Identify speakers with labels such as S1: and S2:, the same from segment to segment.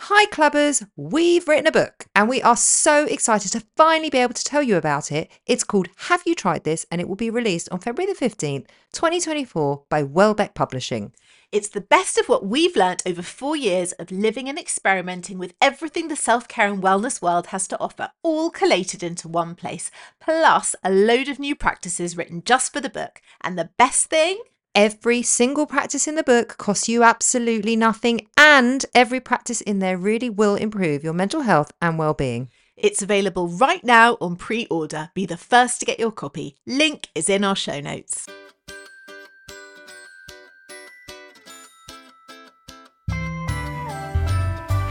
S1: Hi, clubbers! We've written a book and we are so excited to finally be able to tell you about it. It's called Have You Tried This? and it will be released on February the 15th, 2024, by Welbeck Publishing.
S2: It's the best of what we've learnt over four years of living and experimenting with everything the self care and wellness world has to offer, all collated into one place, plus a load of new practices written just for the book. And the best thing?
S1: Every single practice in the book costs you absolutely nothing, and every practice in there really will improve your mental health and well being.
S2: It's available right now on pre order. Be the first to get your copy. Link is in our show notes.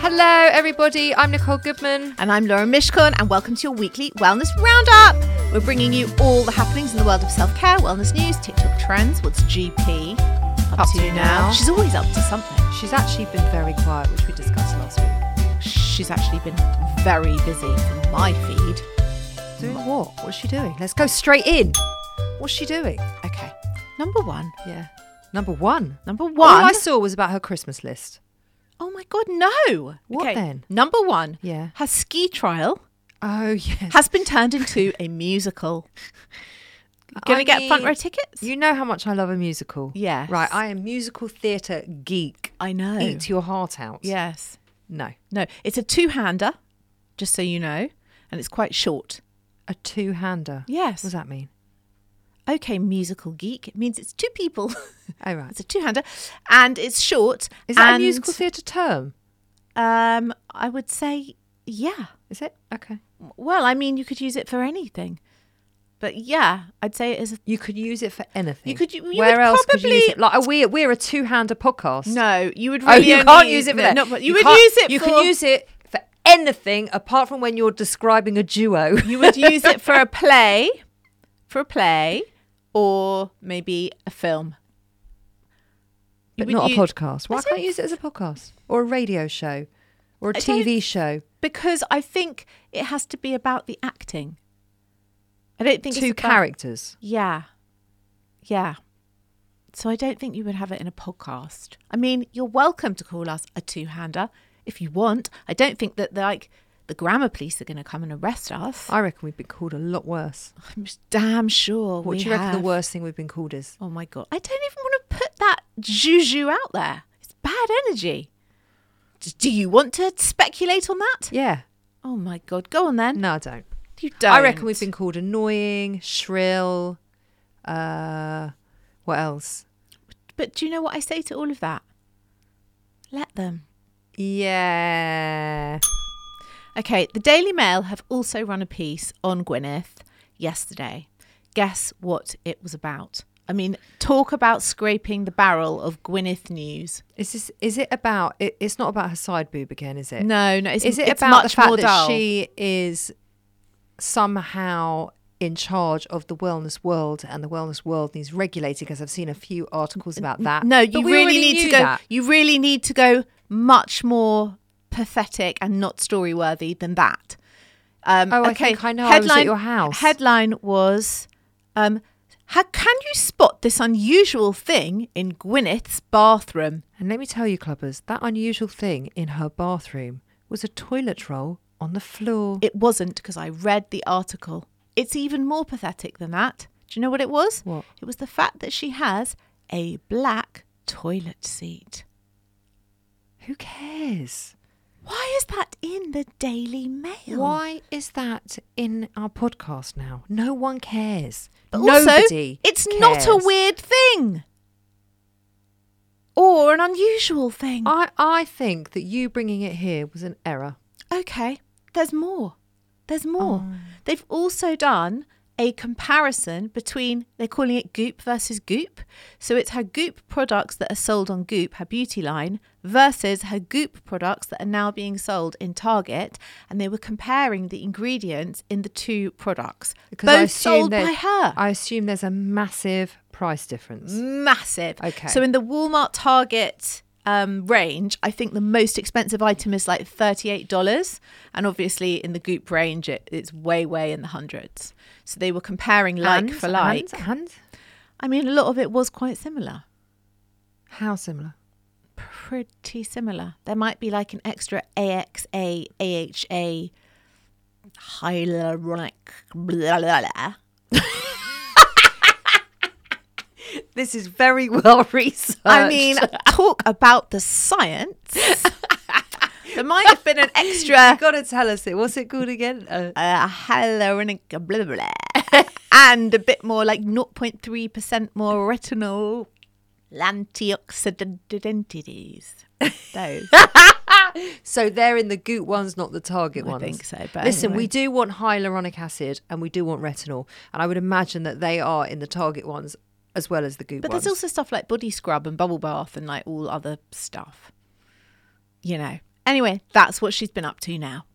S1: Hello, everybody. I'm Nicole Goodman.
S2: And I'm Laura Mishkon, and welcome to your weekly Wellness Roundup. We're bringing you all the happenings in the world of self care, wellness news, TikTok trends, what's GP up,
S1: Up
S2: to,
S1: to
S2: now.
S1: now.
S2: She's always up to something.
S1: She's actually been very quiet, which we discussed last week.
S2: She's actually been very busy from my feed.
S1: Doing what? What's she doing? Let's go straight in. What's she doing?
S2: Okay, number one.
S1: Yeah. Number one.
S2: Number
S1: All I
S2: one.
S1: saw was about her Christmas list.
S2: Oh my god, no.
S1: What
S2: Okay,
S1: then?
S2: Number one.
S1: Yeah.
S2: Her ski trial
S1: Oh yes.
S2: has been turned into a musical. Gonna
S1: I
S2: get front row
S1: mean,
S2: tickets?
S1: You know how much I love a musical.
S2: Yes. Oh.
S1: Right. I am musical theatre geek.
S2: I know.
S1: Eat your heart out.
S2: Yes.
S1: No.
S2: No, it's a two hander, just so you know, and it's quite short.
S1: A two-hander. What
S2: Yes.
S1: does that mean?
S2: Okay, musical geek. It means it's two people.
S1: Oh right.
S2: it's a two hander, and it's short.
S1: Is that
S2: and,
S1: a musical theatre term?
S2: Um, I would say, yeah.
S1: Is it? Okay.
S2: Well, I mean, you could use it for anything, but yeah, I'd say it is. A,
S1: You could use it for anything.
S2: You could- you would
S1: Where else could you use
S2: probably-
S1: it? Like are we we're a two-hander podcast.
S2: no, you would
S1: Oh,
S2: really.
S1: you
S2: only
S1: can't use it for
S2: no,
S1: that.
S2: not- you, would
S1: can't-
S2: use it.
S1: You
S2: for,
S1: can use it for anything apart from when you're describing a duo.
S2: You would use it for a play, for a play, or maybe a film. You
S1: but
S2: would
S1: not
S2: use-
S1: a podcast. Why
S2: Is
S1: can't
S2: it?
S1: you use it as a podcast or a radio show or a
S2: I don't-
S1: TV show?
S2: Because I think it has to be about the acting. I don't think it's
S1: Two
S2: about-
S1: characters.
S2: Yeah, yeah. So I don't think you would have it in a podcast. I mean, you're welcome to call us a two-hander if you want. I don't think that the, like the grammar police are going to come and arrest us.
S1: I reckon we've been called a lot worse.
S2: I'm s- damn sure.
S1: What
S2: we
S1: do you reckon
S2: have.
S1: the worst thing we've been called is?
S2: Oh my god! I don't even want to put that juju out there. It's bad energy. D- Do you want to speculate on that?
S1: Yeah.
S2: Oh my god! Go on then.
S1: No, I don't.
S2: You don't.
S1: I reckon we've been called annoying, shrill. Uh, what else?
S2: But do you know what I say to all of that? Let them.
S1: Yeah.
S2: Okay, the Daily Mail have also run a piece on Gwyneth yesterday. Guess what it was about? I mean, talk about scraping the barrel of Gwyneth news.
S1: Is this? Is it about? It, it's not about her side boob again, is it?
S2: No, no, it's,
S1: Eh, Is it
S2: it's
S1: about
S2: much
S1: the fact
S2: more
S1: that
S2: dull.
S1: she is somehow in charge of the wellness world and the wellness world needs regulating? Because I've seen a few articles about that.
S2: No,
S1: But
S2: you
S1: we
S2: really
S1: already
S2: need to
S1: knew
S2: go.
S1: that.
S2: You really need to go much more pathetic and not story worthy than that. Um,
S1: Oh, I
S2: okay.
S1: think I know. I was at your house.
S2: Headline was, um, how can you spot this unusual thing in Gwyneth's bathroom?
S1: And let me tell you, clubbers, that unusual thing in her bathroom was a toilet roll on the floor.
S2: It wasn't because I read the article. It's even more pathetic than that. Do you know what it was?
S1: What?
S2: It was the fact that she has a black toilet seat.
S1: Who cares?
S2: Why is that in the Daily Mail?
S1: Why is that in our podcast now? No one cares.
S2: But
S1: Nobody.
S2: also, it's not a
S1: cares.
S2: weird thing or an unusual thing.
S1: I, I think that you bringing it here was an error.
S2: okay, there's more. There's
S1: Oh.
S2: more. They've also done a comparison between they're calling it Goop versus Goop. So it's her Goop products that are sold on Goop, her beauty line, versus her Goop products that are now being sold in Target, and they were comparing the ingredients in the two products,
S1: I
S2: both
S1: assume
S2: sold
S1: there-
S2: by her.
S1: I assume there's a massive price difference.
S2: Massive.
S1: Okay.
S2: So in the Walmart Target um, range, I think the most expensive item is like $38. And obviously in the Goop range, it, it's way, way in the hundreds. So they were comparing like
S1: And-
S2: for like.
S1: and, and
S2: I mean, a lot of it was quite similar.
S1: how similar?
S2: pretty similar. There might be like an extra AXA, AHA, hyaluronic, blah, blah, blah.
S1: This is very well researched.
S2: I mean, talk about the science. there might have been an extra
S1: got to tell us it. What's it called again? Uh,
S2: uh, hyaluronic blah blah, blah and a bit more like 0.3% more retinol antioxidant entities. Those.
S1: so they're in the goot ones, not the target
S2: I
S1: ones.
S2: think so, but
S1: Listen,
S2: anyway.
S1: we do want hyaluronic acid and we do want retinol, and I would imagine that they are in the target ones as well as the goot
S2: But
S1: ones.
S2: there's also stuff like body scrub and bubble bath and like all other stuff. You know. Anyway, that's what she's been up to now.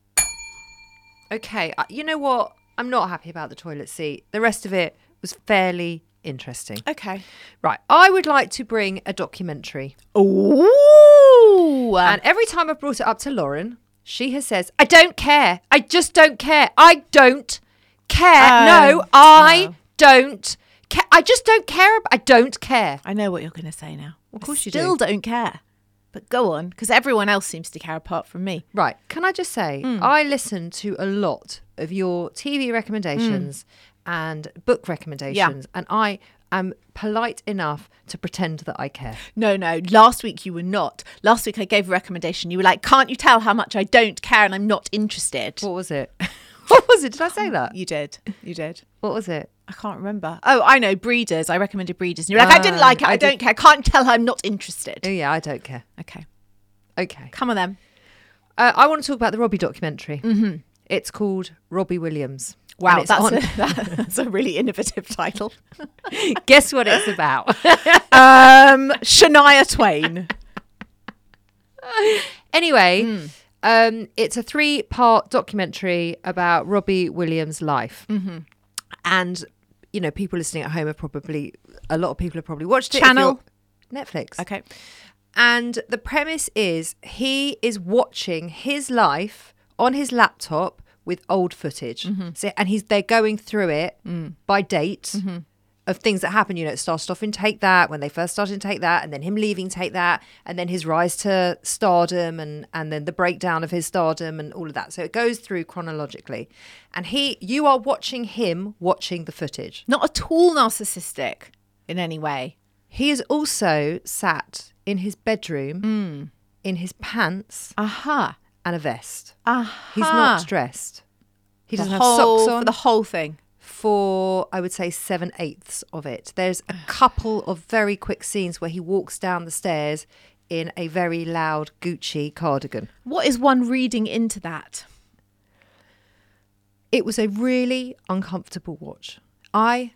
S1: Okay, uh, you know what? I'm not happy about the toilet seat. The rest of it was fairly interesting.
S2: Okay.
S1: Right, I would like to bring a documentary.
S2: Ooh. Um,
S1: And every time I've brought it up to Lauren, she has says, I don't care. I just don't care. I don't care. no,
S2: Oh,
S1: I don't care. I just don't care. ab- I don't care.
S2: I know what you're going to say now. Of
S1: course you
S2: still don't care. But go on, because everyone else seems to care apart from me.
S1: Right. Can I just say,
S2: Hmm.
S1: I listen to a lot of your TV recommendations
S2: Hmm.
S1: and book recommendations, and I am polite enough to pretend that I care.
S2: No, no. Last week you were not. Last week I gave a recommendation. You were like, "Can't you tell how much I don't care and I'm not interested?"
S1: What was it? what was it? Did I say that?
S2: you did. You did.
S1: What was it?
S2: I can't remember. Oh, I know. Breeders. I recommended Breeders. And you're like, "I didn't
S1: Ah,
S2: like it. I, Eh.
S1: I did-
S2: don't care. Can't you tell how I'm not
S1: Oh,
S2: interested."
S1: yeah, I don't care.
S2: Okay.
S1: Okay.
S2: Come on then.
S1: Uh, I want to talk about the Robbie documentary. Mm-hmm. It's called Robbie Williams. And
S2: Wow,
S1: it's
S2: that's
S1: on-
S2: a, that's a really innovative title.
S1: guess what it's about.
S2: Um, Shania Twain.
S1: anyway,
S2: Hmm.
S1: um, it's a three-part documentary about Robbie Williams' life, mm-hmm. and you know, people listening at home are probably a lot of people have probably watched it. if
S2: Channel?
S1: you're- Netflix.
S2: Okay.
S1: And the premise is he is watching his life on his laptop with old footage. So, and he's they're going through it by date of things that happened. You know, it started off in Take That when they first started in Take That, and then him leaving Take That, and then his rise to stardom, and and then the breakdown of his stardom, and all of that. So it goes through chronologically, and he you are watching him watching the footage.
S2: Not at all narcissistic in any way.
S1: He is also sat in his bedroom in his pants.
S2: Aha.
S1: and a vest.
S2: Aha.
S1: He's not dressed. He
S2: The
S1: doesn't have
S2: whole-
S1: socks
S2: for
S1: on
S2: the whole thing.
S1: for I would say seven eighths of it. There's a couple of very quick scenes where he walks down the stairs in a very loud Gucci cardigan.
S2: What is one reading into that?
S1: It was a really uncomfortable watch. I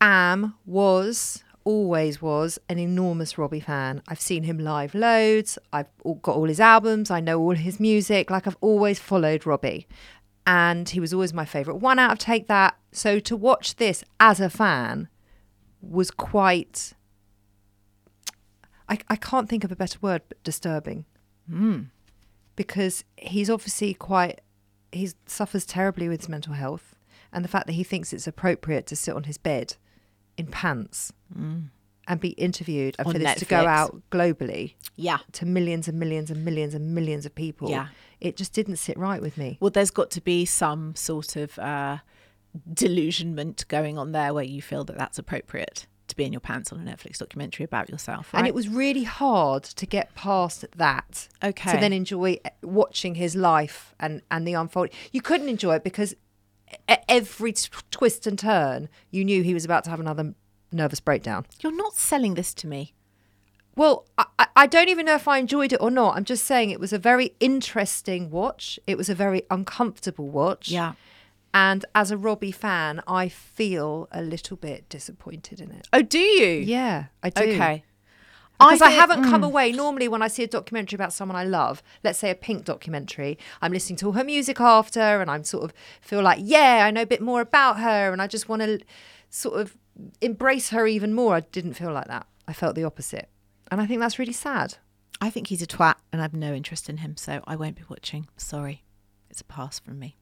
S1: am, was, always was an enormous Robbie fan. I've seen him live loads. I've all- got all his albums. I know all his music. Like I've always followed Robbie. And he was always my favourite one out of Take That. So to watch this as a fan was quite. I, I can't think of a better word, but disturbing.
S2: Hmm.
S1: Because he's obviously quite he suffers terribly with his mental health and the fact that he thinks it's appropriate to sit on his bed in pants and be interviewed and
S2: Hmm. On
S1: for this to go
S2: Netflix.
S1: out globally
S2: Yeah.
S1: to millions and millions and millions and millions of people
S2: Yeah.
S1: it just didn't sit right with me
S2: Well, there's got to be some sort of uh, delusionment going on there where you feel that that's appropriate to be in your pants on a Netflix documentary about yourself. Right?
S1: and it was really hard to get past that
S2: Okay.
S1: to then enjoy eh, watching his life and and the unfolding you couldn't enjoy it because at every t- twist and turn you knew he was about to have another nervous breakdown
S2: You're not selling this to me.
S1: Well, I, I- I don't even know if I enjoyed it or not. I'm just saying it was a very interesting watch. It was a very uncomfortable watch.
S2: Yeah.
S1: And as a Robbie fan, I feel a little bit disappointed in it.
S2: Oh, do you?
S1: Yeah, I do.
S2: Okay.
S1: Because I,
S2: think-
S1: haven't come away. Normally, when I see a documentary about someone I love, let's say a Pink documentary, I'm listening to all her music after, and I'm sort of feel like, yeah, I know a bit more about her, and I just want to sort of embrace her even more. I didn't feel like that. I felt the opposite, and I think that's really sad.
S2: I think he's a twat and I've no interest in him, so I won't be watching. Sorry. It's a pass from me.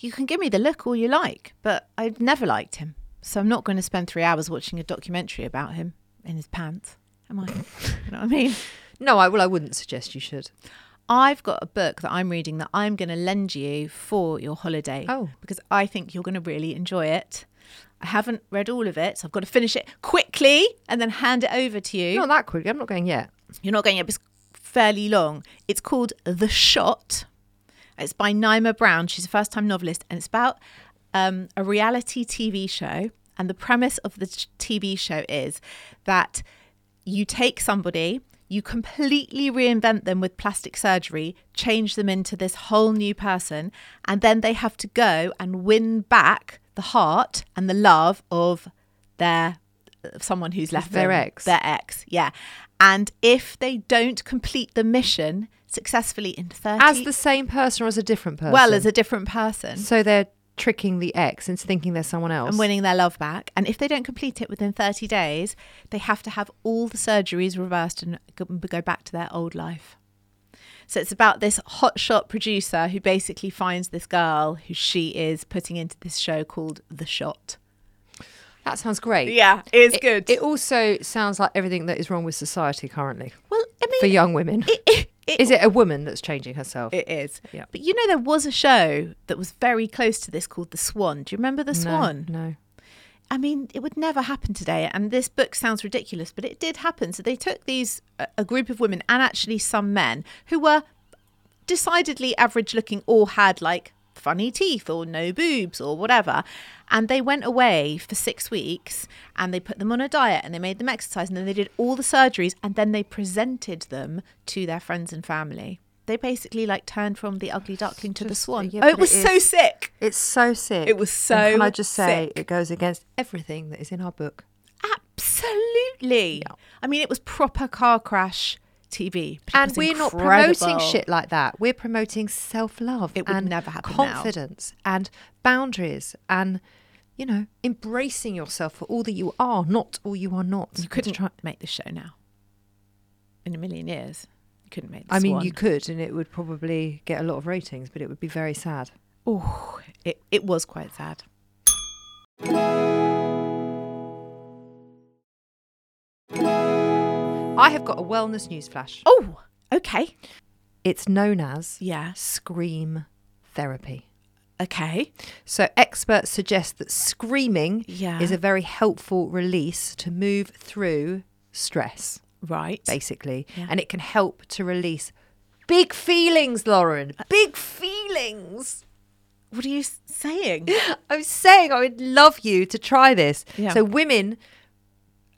S2: You can give me the look all you like, but I've never liked him. So I'm not going to spend three hours watching a documentary about him in his pants, am I? you know what I mean?
S1: No, I well, I wouldn't suggest you should.
S2: I've got a book that I'm reading that I'm going to lend you for your holiday.
S1: Oh.
S2: Because I think you're going to really enjoy it. I haven't read all of it, so I've got to finish it quickly and then hand it over to you.
S1: Not that quickly. I'm not going yet.
S2: You're not going up. It's fairly long. It's called The Shot. It's by Naima Brown. She's a first time novelist, and it's about um, a reality TV show. And the premise of the t- TV show is that you take somebody, you completely reinvent them with plastic surgery, change them into this whole new person, and then they have to go and win back the heart and the love of their uh, someone who's left
S1: Their
S2: them,
S1: ex.
S2: Their ex, yeah. And if they don't complete the mission successfully in 30
S1: As the same person or as a different person?
S2: well as a different person
S1: So they're tricking the ex into thinking they're someone else.
S2: and winning their love back. And if they don't complete it within 30 days, they have to have all the surgeries reversed and go- go back to their old life. So it's about this hotshot producer who basically finds this girl who she is putting into this show called The Shot.
S1: that sounds great.
S2: Yeah, it's
S1: It, it also sounds like everything that is wrong with society currently
S2: well, I mean,
S1: for young women.
S2: it, it, it,
S1: Is it a woman that's changing herself?
S2: it is.
S1: Yeah.
S2: But you know, there was a show that was very close to this called The Swan. Do you remember The
S1: no,
S2: Swan?
S1: No.
S2: I mean, it would never happen today. And this book sounds ridiculous, but it did happen. So they took these, a- a group of women and actually some men who were decidedly average looking or had like funny teeth or no boobs or whatever. And they went away for six weeks and they put them on a diet and they made them exercise and then they did all the surgeries and then they presented them to their friends and family. They basically like turned from the ugly duckling to the
S1: just-
S2: swan.
S1: yeah, but
S2: oh, it was
S1: it
S2: so
S1: is-
S2: sick.
S1: It's so sick.
S2: It was
S1: And can
S2: so
S1: I just say
S2: sick.
S1: it goes against everything that is in our book?
S2: Absolutely. I mean, it was proper car crash TV. but it
S1: And
S2: was
S1: we're not promoting
S2: incredible.
S1: shit like that. We're promoting self love
S2: It would
S1: and
S2: never happen now.
S1: confidence and boundaries and you know embracing yourself for all that you are, not all you are not.
S2: You couldn't try- make this show now. In a million years, you couldn't make. This
S1: I mean, you could, and it would probably get a lot of ratings, but it would be very sad.
S2: Oh, it it was quite sad.
S1: I have got a wellness news flash.
S2: Oh, okay.
S1: It's known as
S2: Yeah.
S1: scream therapy.
S2: Okay.
S1: So experts suggest that screaming
S2: Yeah.
S1: is a very helpful release to move through stress.
S2: Right.
S1: basically,
S2: Yeah.
S1: and it can help to release big feelings, Lauren.
S2: Uh,
S1: Big feelings.
S2: What are you s- saying?
S1: I'm saying I would love you to try this.
S2: Yeah.
S1: So, women,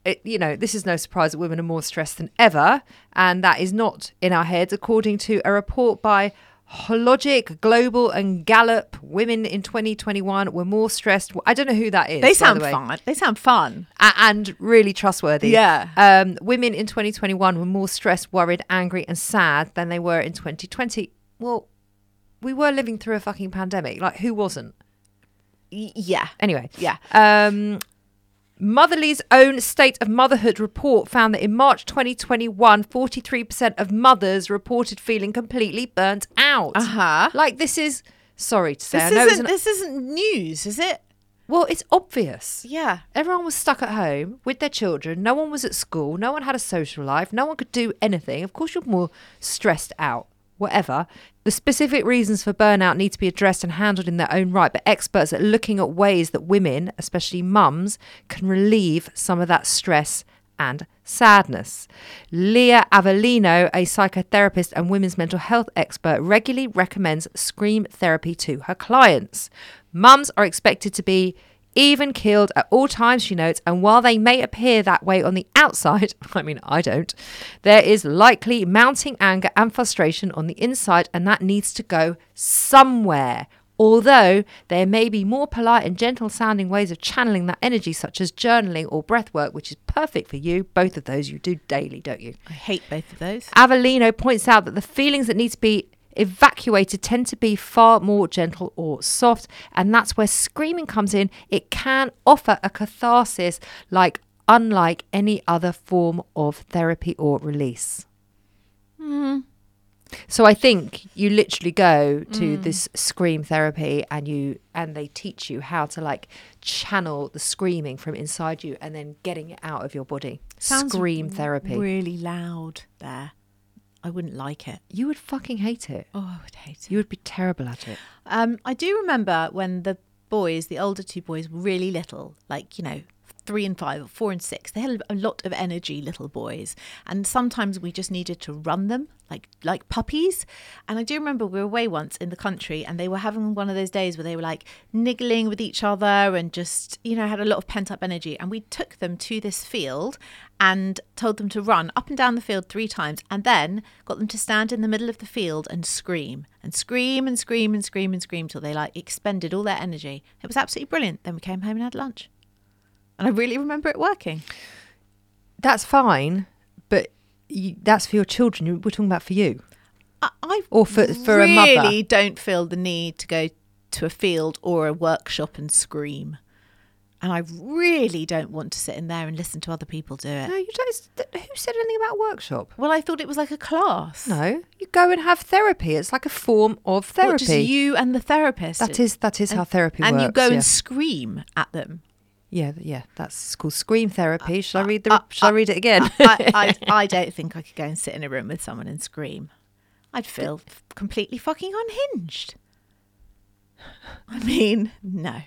S1: it, you know, this is no surprise that women are more stressed than ever, and that is not in our heads, according to a report by. Hologic, Global, and Gallup. Women in 2021 were more stressed. I don't know who that is. by
S2: They
S1: the
S2: sound
S1: way.
S2: fun. They sound fun.
S1: A- and really trustworthy.
S2: Yeah.
S1: Um, women in 2021 were more stressed, worried, angry, and sad than they were in 2020. Well, we were living through a fucking pandemic. Like, who wasn't?
S2: Y- yeah.
S1: Anyway.
S2: Yeah.
S1: Um, Motherly's own State of Motherhood report found that in March 2021, 43% of mothers reported feeling completely burnt out.
S2: Uh huh.
S1: Like, this is, sorry to say,
S2: This
S1: I know it's
S2: isn't.
S1: an,
S2: This isn't news, is it?
S1: well, it's obvious.
S2: Yeah.
S1: Everyone was stuck at home with their children. No one was at school. No one had a social life. No one could do anything. Of course, you're more stressed out, whatever. The specific reasons for burnout need to be addressed and handled in their own right, but experts are looking at ways that women, especially mums, can relieve some of that stress and sadness. Leah Avellino, a psychotherapist and women's mental health expert, regularly recommends scream therapy to her clients. Mums are expected to be even killed at all times, she notes, and while they may appear that way on the outside, I mean, I don't, there is likely mounting anger and frustration on the inside, and that needs to go somewhere. Although there may be more polite and gentle sounding ways of channeling that energy, such as journaling or breath work, which is perfect for you. Both of those you do daily, don't you?
S2: I hate both of those.
S1: Avellino points out that the feelings that need to be evacuated tend to be far more gentle or soft, and that's where screaming comes in. It can offer a catharsis like unlike any other form of therapy or release. So I think you literally go to this scream therapy and you and they teach you how to like channel the screaming from inside you and then getting it out of your body.
S2: Sounds
S1: scream therapy.
S2: Really loud there. I wouldn't like it.
S1: you would fucking hate it.
S2: Oh, I would hate it.
S1: You would be terrible at it.
S2: Um, I do remember when the boys, the older two boys, were really little, like, you know, three and five or four and six. They had a lot of energy, little boys. And sometimes we just needed to run them like like puppies. And I do remember we were away once in the country and they were having one of those days where they were like niggling with each other and just, you know, had a lot of pent up energy. And we took them to this field and told them to run up and down the field three times and then got them to stand in the middle of the field and scream and scream and scream and scream and scream till they like expended all their energy. It was absolutely brilliant. Then we came home and had lunch. And I really remember it working.
S1: That's fine, but you, that's for your children. You- We're talking about for you.
S2: I, I
S1: Or for- for a mother.
S2: really don't feel the need to go to a field or a workshop and scream. And I really don't want to sit in there and listen to other people do it.
S1: No, you don't. Who said anything about workshop?
S2: Well, I thought it was like a class.
S1: No, you go and have therapy. It's like a form of
S2: What,
S1: therapy.
S2: just you and the therapist.
S1: That is that is how therapy
S2: and
S1: works.
S2: you go
S1: yeah.
S2: and scream at them.
S1: yeah, yeah, that's it's called scream therapy. Shall I read the? shall I read it again?
S2: I, I, I don't think I could go and sit in a room with someone and scream. I'd feel f- completely fucking unhinged. I mean, no.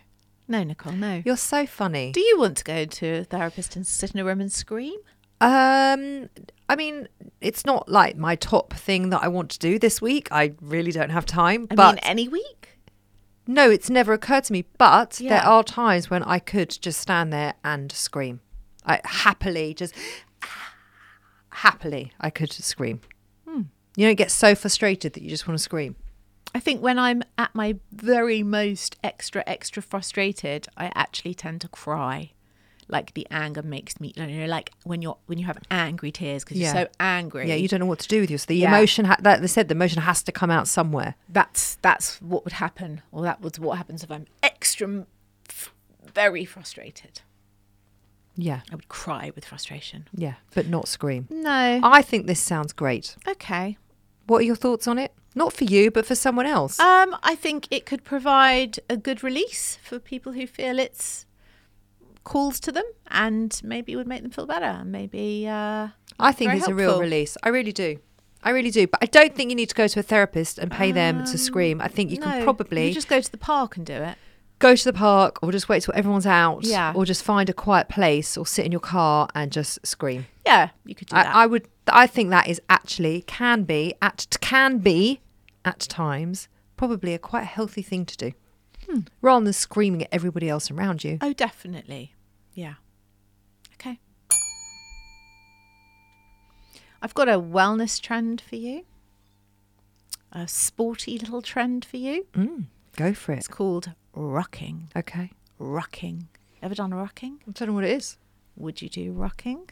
S2: No, Nicole, no.
S1: You're so funny.
S2: Do you want to go to a therapist and sit in a room and scream?
S1: Um, I mean, it's not like my top thing that I want to do this week. I really don't have time.
S2: I
S1: but
S2: mean, any week?
S1: no, it's never occurred to me. But there
S2: Yeah.
S1: are times when I could just stand there and scream. I happily just happily I could scream.
S2: Hmm.
S1: You don't get so frustrated that you just want to scream.
S2: I think when I'm at my very most extra, extra frustrated, I actually tend to cry. Like the anger makes me, you know, like when you're when you have angry tears because
S1: Yeah.
S2: you're so angry.
S1: Yeah, you don't know what to do with yours. The
S2: Yeah.
S1: emotion, ha- that they said, the emotion has to come out somewhere.
S2: that's that's what would happen, or that was what happens if I'm extra, m- f- very frustrated.
S1: Yeah,
S2: I would cry with frustration.
S1: yeah, but not scream.
S2: No.
S1: I think this sounds great.
S2: Okay.
S1: What are your thoughts on it? Not for you, but for someone else.
S2: Um, I think it could provide a good release for people who feel it's calls to them, and maybe would make them feel better. Maybe. Uh,
S1: I think
S2: very
S1: it's a real
S2: helpful.
S1: release. I really do. I really do. But I don't think you need to go to a therapist and pay them to scream. I think you
S2: Um, no,
S1: can probably
S2: you just go to the park and do it.
S1: go to the park or just wait till everyone's out
S2: Yeah.
S1: or just find a quiet place or sit in your car and just scream.
S2: Yeah, you could do that.
S1: I, I would. I think that is actually can be at can be at times probably a quite healthy thing to do, rather than screaming at everybody else around you.
S2: oh, definitely. Yeah. Okay. I've got a wellness trend for you. A sporty little trend for you.
S1: Mm, go for it.
S2: It's called rocking.
S1: Okay.
S2: Rocking. Ever done a rocking?
S1: I don't know what it is.
S2: Would you do rocking?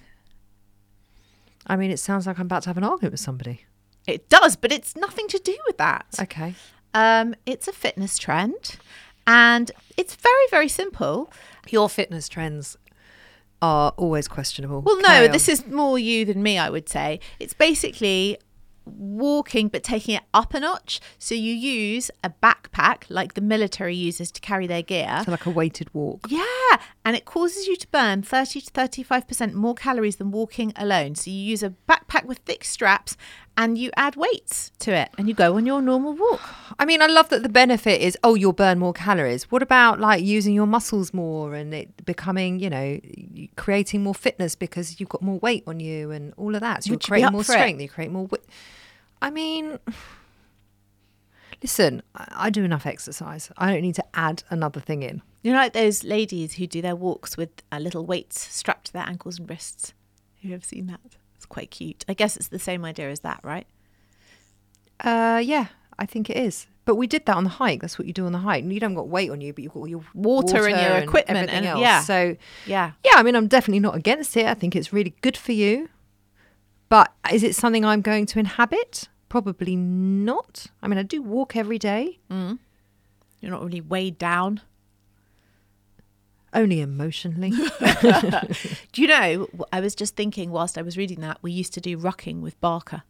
S1: I mean, it sounds like I'm about to have an argument with somebody.
S2: It does, but it's nothing to do with that.
S1: Okay.
S2: Um, it's a fitness trend and it's very, very simple.
S1: Your fitness trends are always questionable.
S2: Well,
S1: Carry
S2: no,
S1: on.
S2: this is more you than me, I would say. It's basically walking but taking it up a notch. So you use a backpack like the military uses to carry their gear.
S1: so like a weighted walk.
S2: Yeah, and it causes you to burn 30 to 35% more calories than walking alone. So you use a backpack with thick straps and you add weights to it and you go on your normal walk.
S1: I mean, I love that the benefit is oh, you'll burn more calories. What about like using your muscles more and it becoming, you know, creating more fitness because you've got more weight on you and all of that. So you're
S2: Would you be
S1: creating
S2: up
S1: more
S2: for it?
S1: strength. You create more. Wi- I mean, listen, I, I do enough exercise. I don't need to add another thing in.
S2: You know, like those ladies who do their walks with uh, little weights strapped to their ankles and wrists. Who have seen that? It's quite cute. I guess it's the same idea as that, right?
S1: Uh, yeah, I think it is. But we did that on the hike. That's what you do on the hike. You don't got weight on you, but you've got all your
S2: Water and your equipment
S1: everything
S2: and-
S1: else.
S2: yeah.
S1: So
S2: Yeah.
S1: Yeah, I mean, I'm definitely not against it. I think it's really good for you. But is it something I'm going to inhabit? Probably not. I mean, I do walk every day,
S2: You're not really weighed down.
S1: only emotionally.
S2: Do you know, w- I was just thinking whilst I was reading that, we used to do rocking with Barker.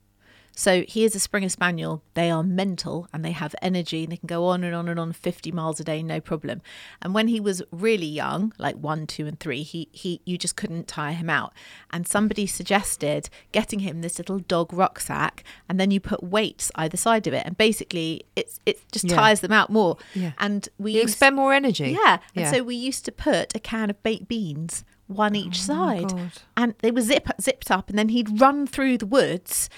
S2: So he is a Springer Spaniel. They are mental and they have energy and they can go on and on and on 50 miles a day, no problem. And when he was really young, like one, two, and three, he, he you just couldn't tire him out. And somebody suggested getting him this little dog rucksack and then you put weights either side of it. And basically it's it just
S1: Yeah.
S2: tires them out more.
S1: Yeah.
S2: And we
S1: You
S2: used-
S1: expend more energy.
S2: yeah. And
S1: Yeah.
S2: so we used to put a can of baked beans, one each side,
S1: Oh God.
S2: and they were zip, zipped up. And then he'd run through the woods,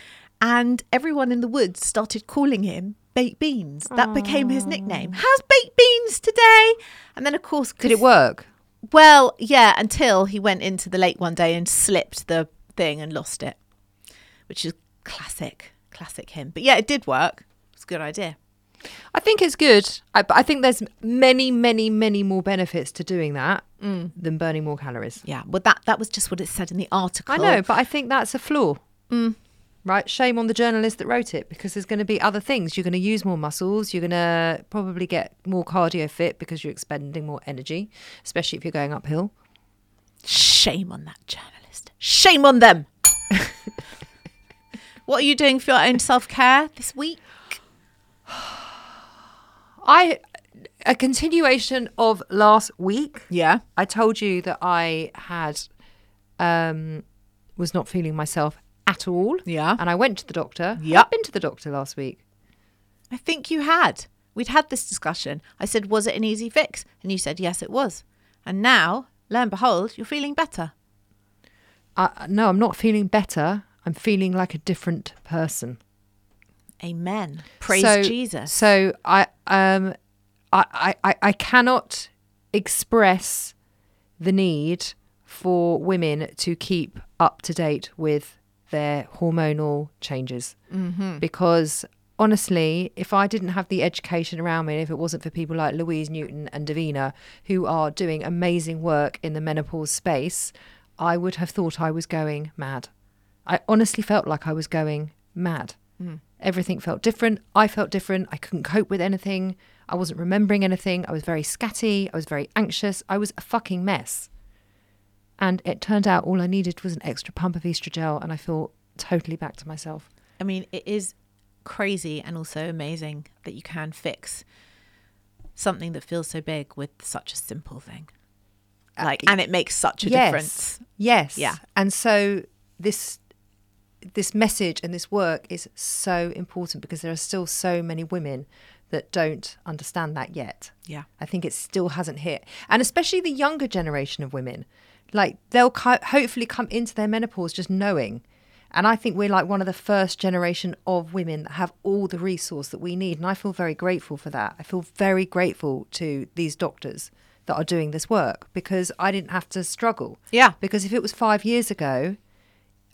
S2: and everyone in the woods started calling him baked beans. That became his nickname. How's baked beans today? And then, of course,
S1: Did it work?
S2: Well, yeah, until he went into the lake one day and slipped the thing and lost it, which is classic, classic him. But yeah, it did work. It's a good idea.
S1: I think it's good. I, but I think there's many, many, many more benefits to doing that than burning more calories.
S2: Yeah, well, that, that was just what it said in the article.
S1: I know, but I think that's a flaw.
S2: Mm.
S1: Right? Shame on the journalist that wrote it because there's going to be other things. You're going to use more muscles. You're going to probably get more cardio fit because you're expending more energy, especially if you're going uphill.
S2: Shame on that journalist. Shame on them. what are you doing for your own self care this week?
S1: I a continuation of last week.
S2: Yeah.
S1: I told you that I had um was not feeling myself at all.
S2: Yeah.
S1: And I went to the doctor.
S2: Yeah.
S1: I've been to the doctor last week.
S2: I think you had. We'd had this discussion. I said, Was it an easy fix? And you said, Yes, it was. And now, lo and behold, you're feeling better.
S1: I, no, I'm not feeling better. I'm feeling like a different person.
S2: Amen. Praise
S1: So-
S2: Jesus.
S1: So I um I, I, I- I cannot express the need for women to keep up to date with their hormonal changes. Mm-hmm. Because honestly, if I didn't have the education around me, if it wasn't for people like Louise Newton and Davina, who are doing amazing work in the menopause space, I would have thought I was going mad. I honestly felt like I was going mad. Everything felt different. I felt different. I couldn't cope with anything. I wasn't remembering anything. I was very scatty. I was very anxious. I was a fucking mess. And it turned out all I needed was an extra pump of estrogel, and I feel totally back to myself.
S2: I mean, it is crazy and also amazing that you can fix something that feels so big with such a simple thing. Like, and it makes such a difference.
S1: Yes.
S2: Yeah.
S1: And so this this message and this work is so important because there are still so many women that don't understand that yet.
S2: Yeah.
S1: I think it still hasn't hit. And especially the younger generation of women, like they'll co- hopefully come into their menopause just knowing. And I think we're like one of the first generation of women that have all the resource that we need. And I feel very grateful for that. I feel very grateful to these doctors that are doing this work because I didn't have to struggle.
S2: Yeah.
S1: Because if it was five years ago,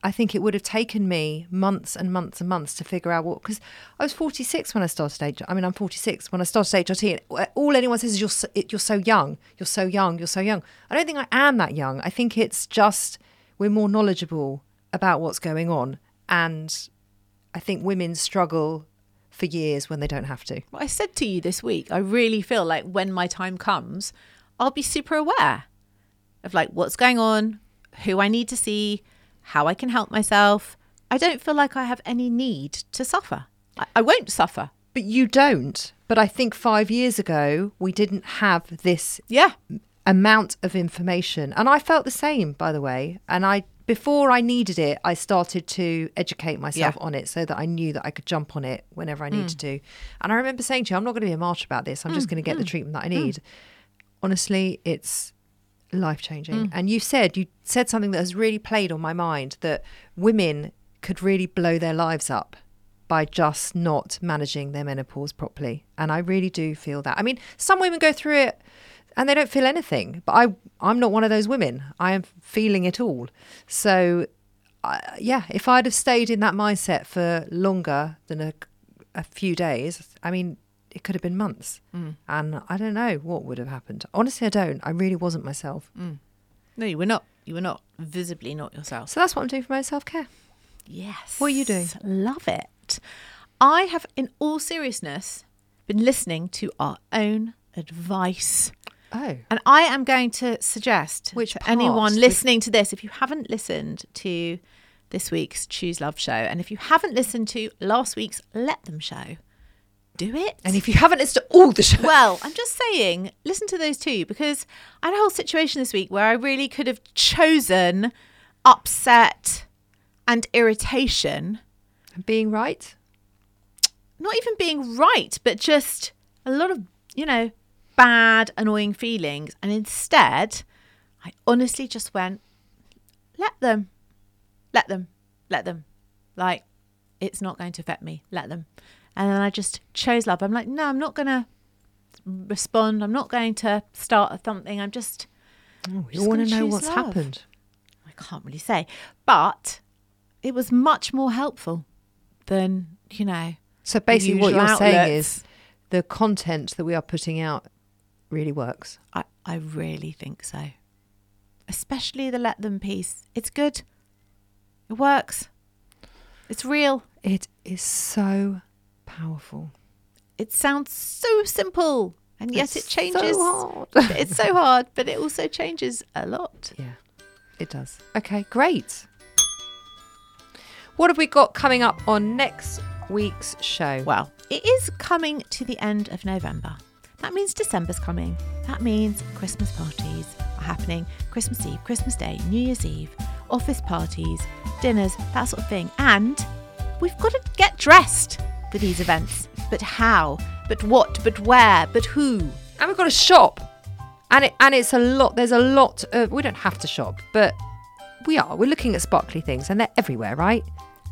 S1: I think it would have taken me months and months and months to figure out what. Because I was 46 when I started H. I mean, I'm 46 when I started HRT, and all anyone says is you're so, you're so young, you're so young, you're so young. I don't think I am that young. I think it's just we're more knowledgeable about what's going on, and I think women struggle for years when they don't have to.
S2: Well, I said to you this week, I really feel like when my time comes, I'll be super aware of like what's going on, who I need to see, how I can help myself. I don't feel like I have any need to suffer. I, I won't suffer.
S1: But you don't. But I think five years ago we didn't have this
S2: Yeah.
S1: amount of information. And I felt the same, by the way. And I, before I needed it, I started to educate myself on it so that I knew that I could jump on it whenever I needed to. And I remember saying to you, I'm not going to be a martyr about this. I'm just going to get the treatment that I need. Honestly, it's life changing. And you said, you said something that has really played on my mind that women could really blow their lives up by just not managing their menopause properly. And I really do feel that. I mean, some women go through it and they don't feel anything, but I I'm not one of those women. I am feeling it all. So I yeah, if I'd have stayed in that mindset for longer than a, a few days, I mean, it could have been months. And I don't know what would have happened. Honestly, I don't. I really wasn't myself.
S2: No, you were not. You were not visibly not yourself.
S1: So that's what I'm doing for my self care.
S2: Yes.
S1: What are you doing?
S2: Love it. I have, in all seriousness, been listening to our own advice.
S1: Oh,
S2: And I am going to suggest
S1: Which
S2: to anyone
S1: part?
S2: listening to this, if you haven't listened to this week's Choose Love show. And if you haven't listened to last week's Let Them show, do it.
S1: And if you haven't listened to all the shows,
S2: well, I'm just saying, listen to those two because I had a whole situation this week where I really could have chosen upset and irritation,
S1: being right,
S2: not even being right, but just a lot of, you know, bad, annoying feelings. And instead, I honestly just went, let them, let them, let them. Like, it's not going to affect me. Let them. And then I just chose love. I'm like, no, I'm not going to respond. I'm not going to start something. I'm just,
S1: oh, you
S2: just
S1: want to
S2: gonna
S1: know
S2: choose
S1: what's
S2: love.
S1: happened.
S2: I can't really say. But it was much more helpful than, you know,
S1: So basically, what you're
S2: usual
S1: saying
S2: outlets.
S1: is the content that we are putting out really works.
S2: I, I really think so. Especially the let them piece. It's good. It works. It's real.
S1: It is so powerful.
S2: It sounds so simple, and yet
S1: It's
S2: it changes.
S1: So hard.
S2: it's so hard, but it also changes a lot.
S1: yeah, it does. Okay, great. What have we got coming up on next week's show?
S2: Well, it is coming to the end of November. That means December's coming. That means Christmas parties are happening Christmas Eve, Christmas Day, New Year's Eve, office parties, dinners, that sort of thing. And we've got to get dressed for these events. But how? But what? But where? But who?
S1: and we've got a shop and it and it's a lot there's a lot of we don't have to shop but we are we're looking at sparkly things and they're everywhere right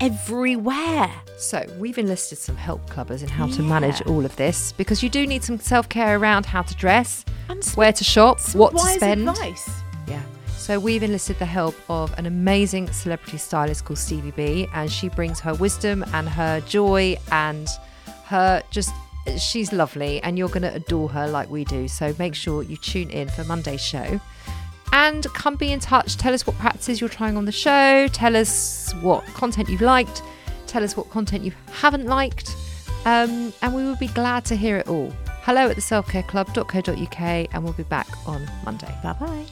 S2: Everywhere.
S1: so we've enlisted some help clubbers in how to
S2: Yeah.
S1: manage all of this because you do need some self-care around how to dress
S2: And sp-
S1: where to shop
S2: some
S1: what to
S2: wise
S1: spend
S2: advice.
S1: yeah so we've enlisted the help of an amazing celebrity stylist called Stevie B and she brings her wisdom and her joy and her just she's lovely and you're going to adore her like we do so make sure you tune in for Monday's show and come be in touch tell us what practices you're trying on the show tell us what content you've liked tell us what content you haven't liked um, and we will be glad to hear it all hello at the selfcareclub.co.uk and we'll be back on Monday
S2: Bye bye.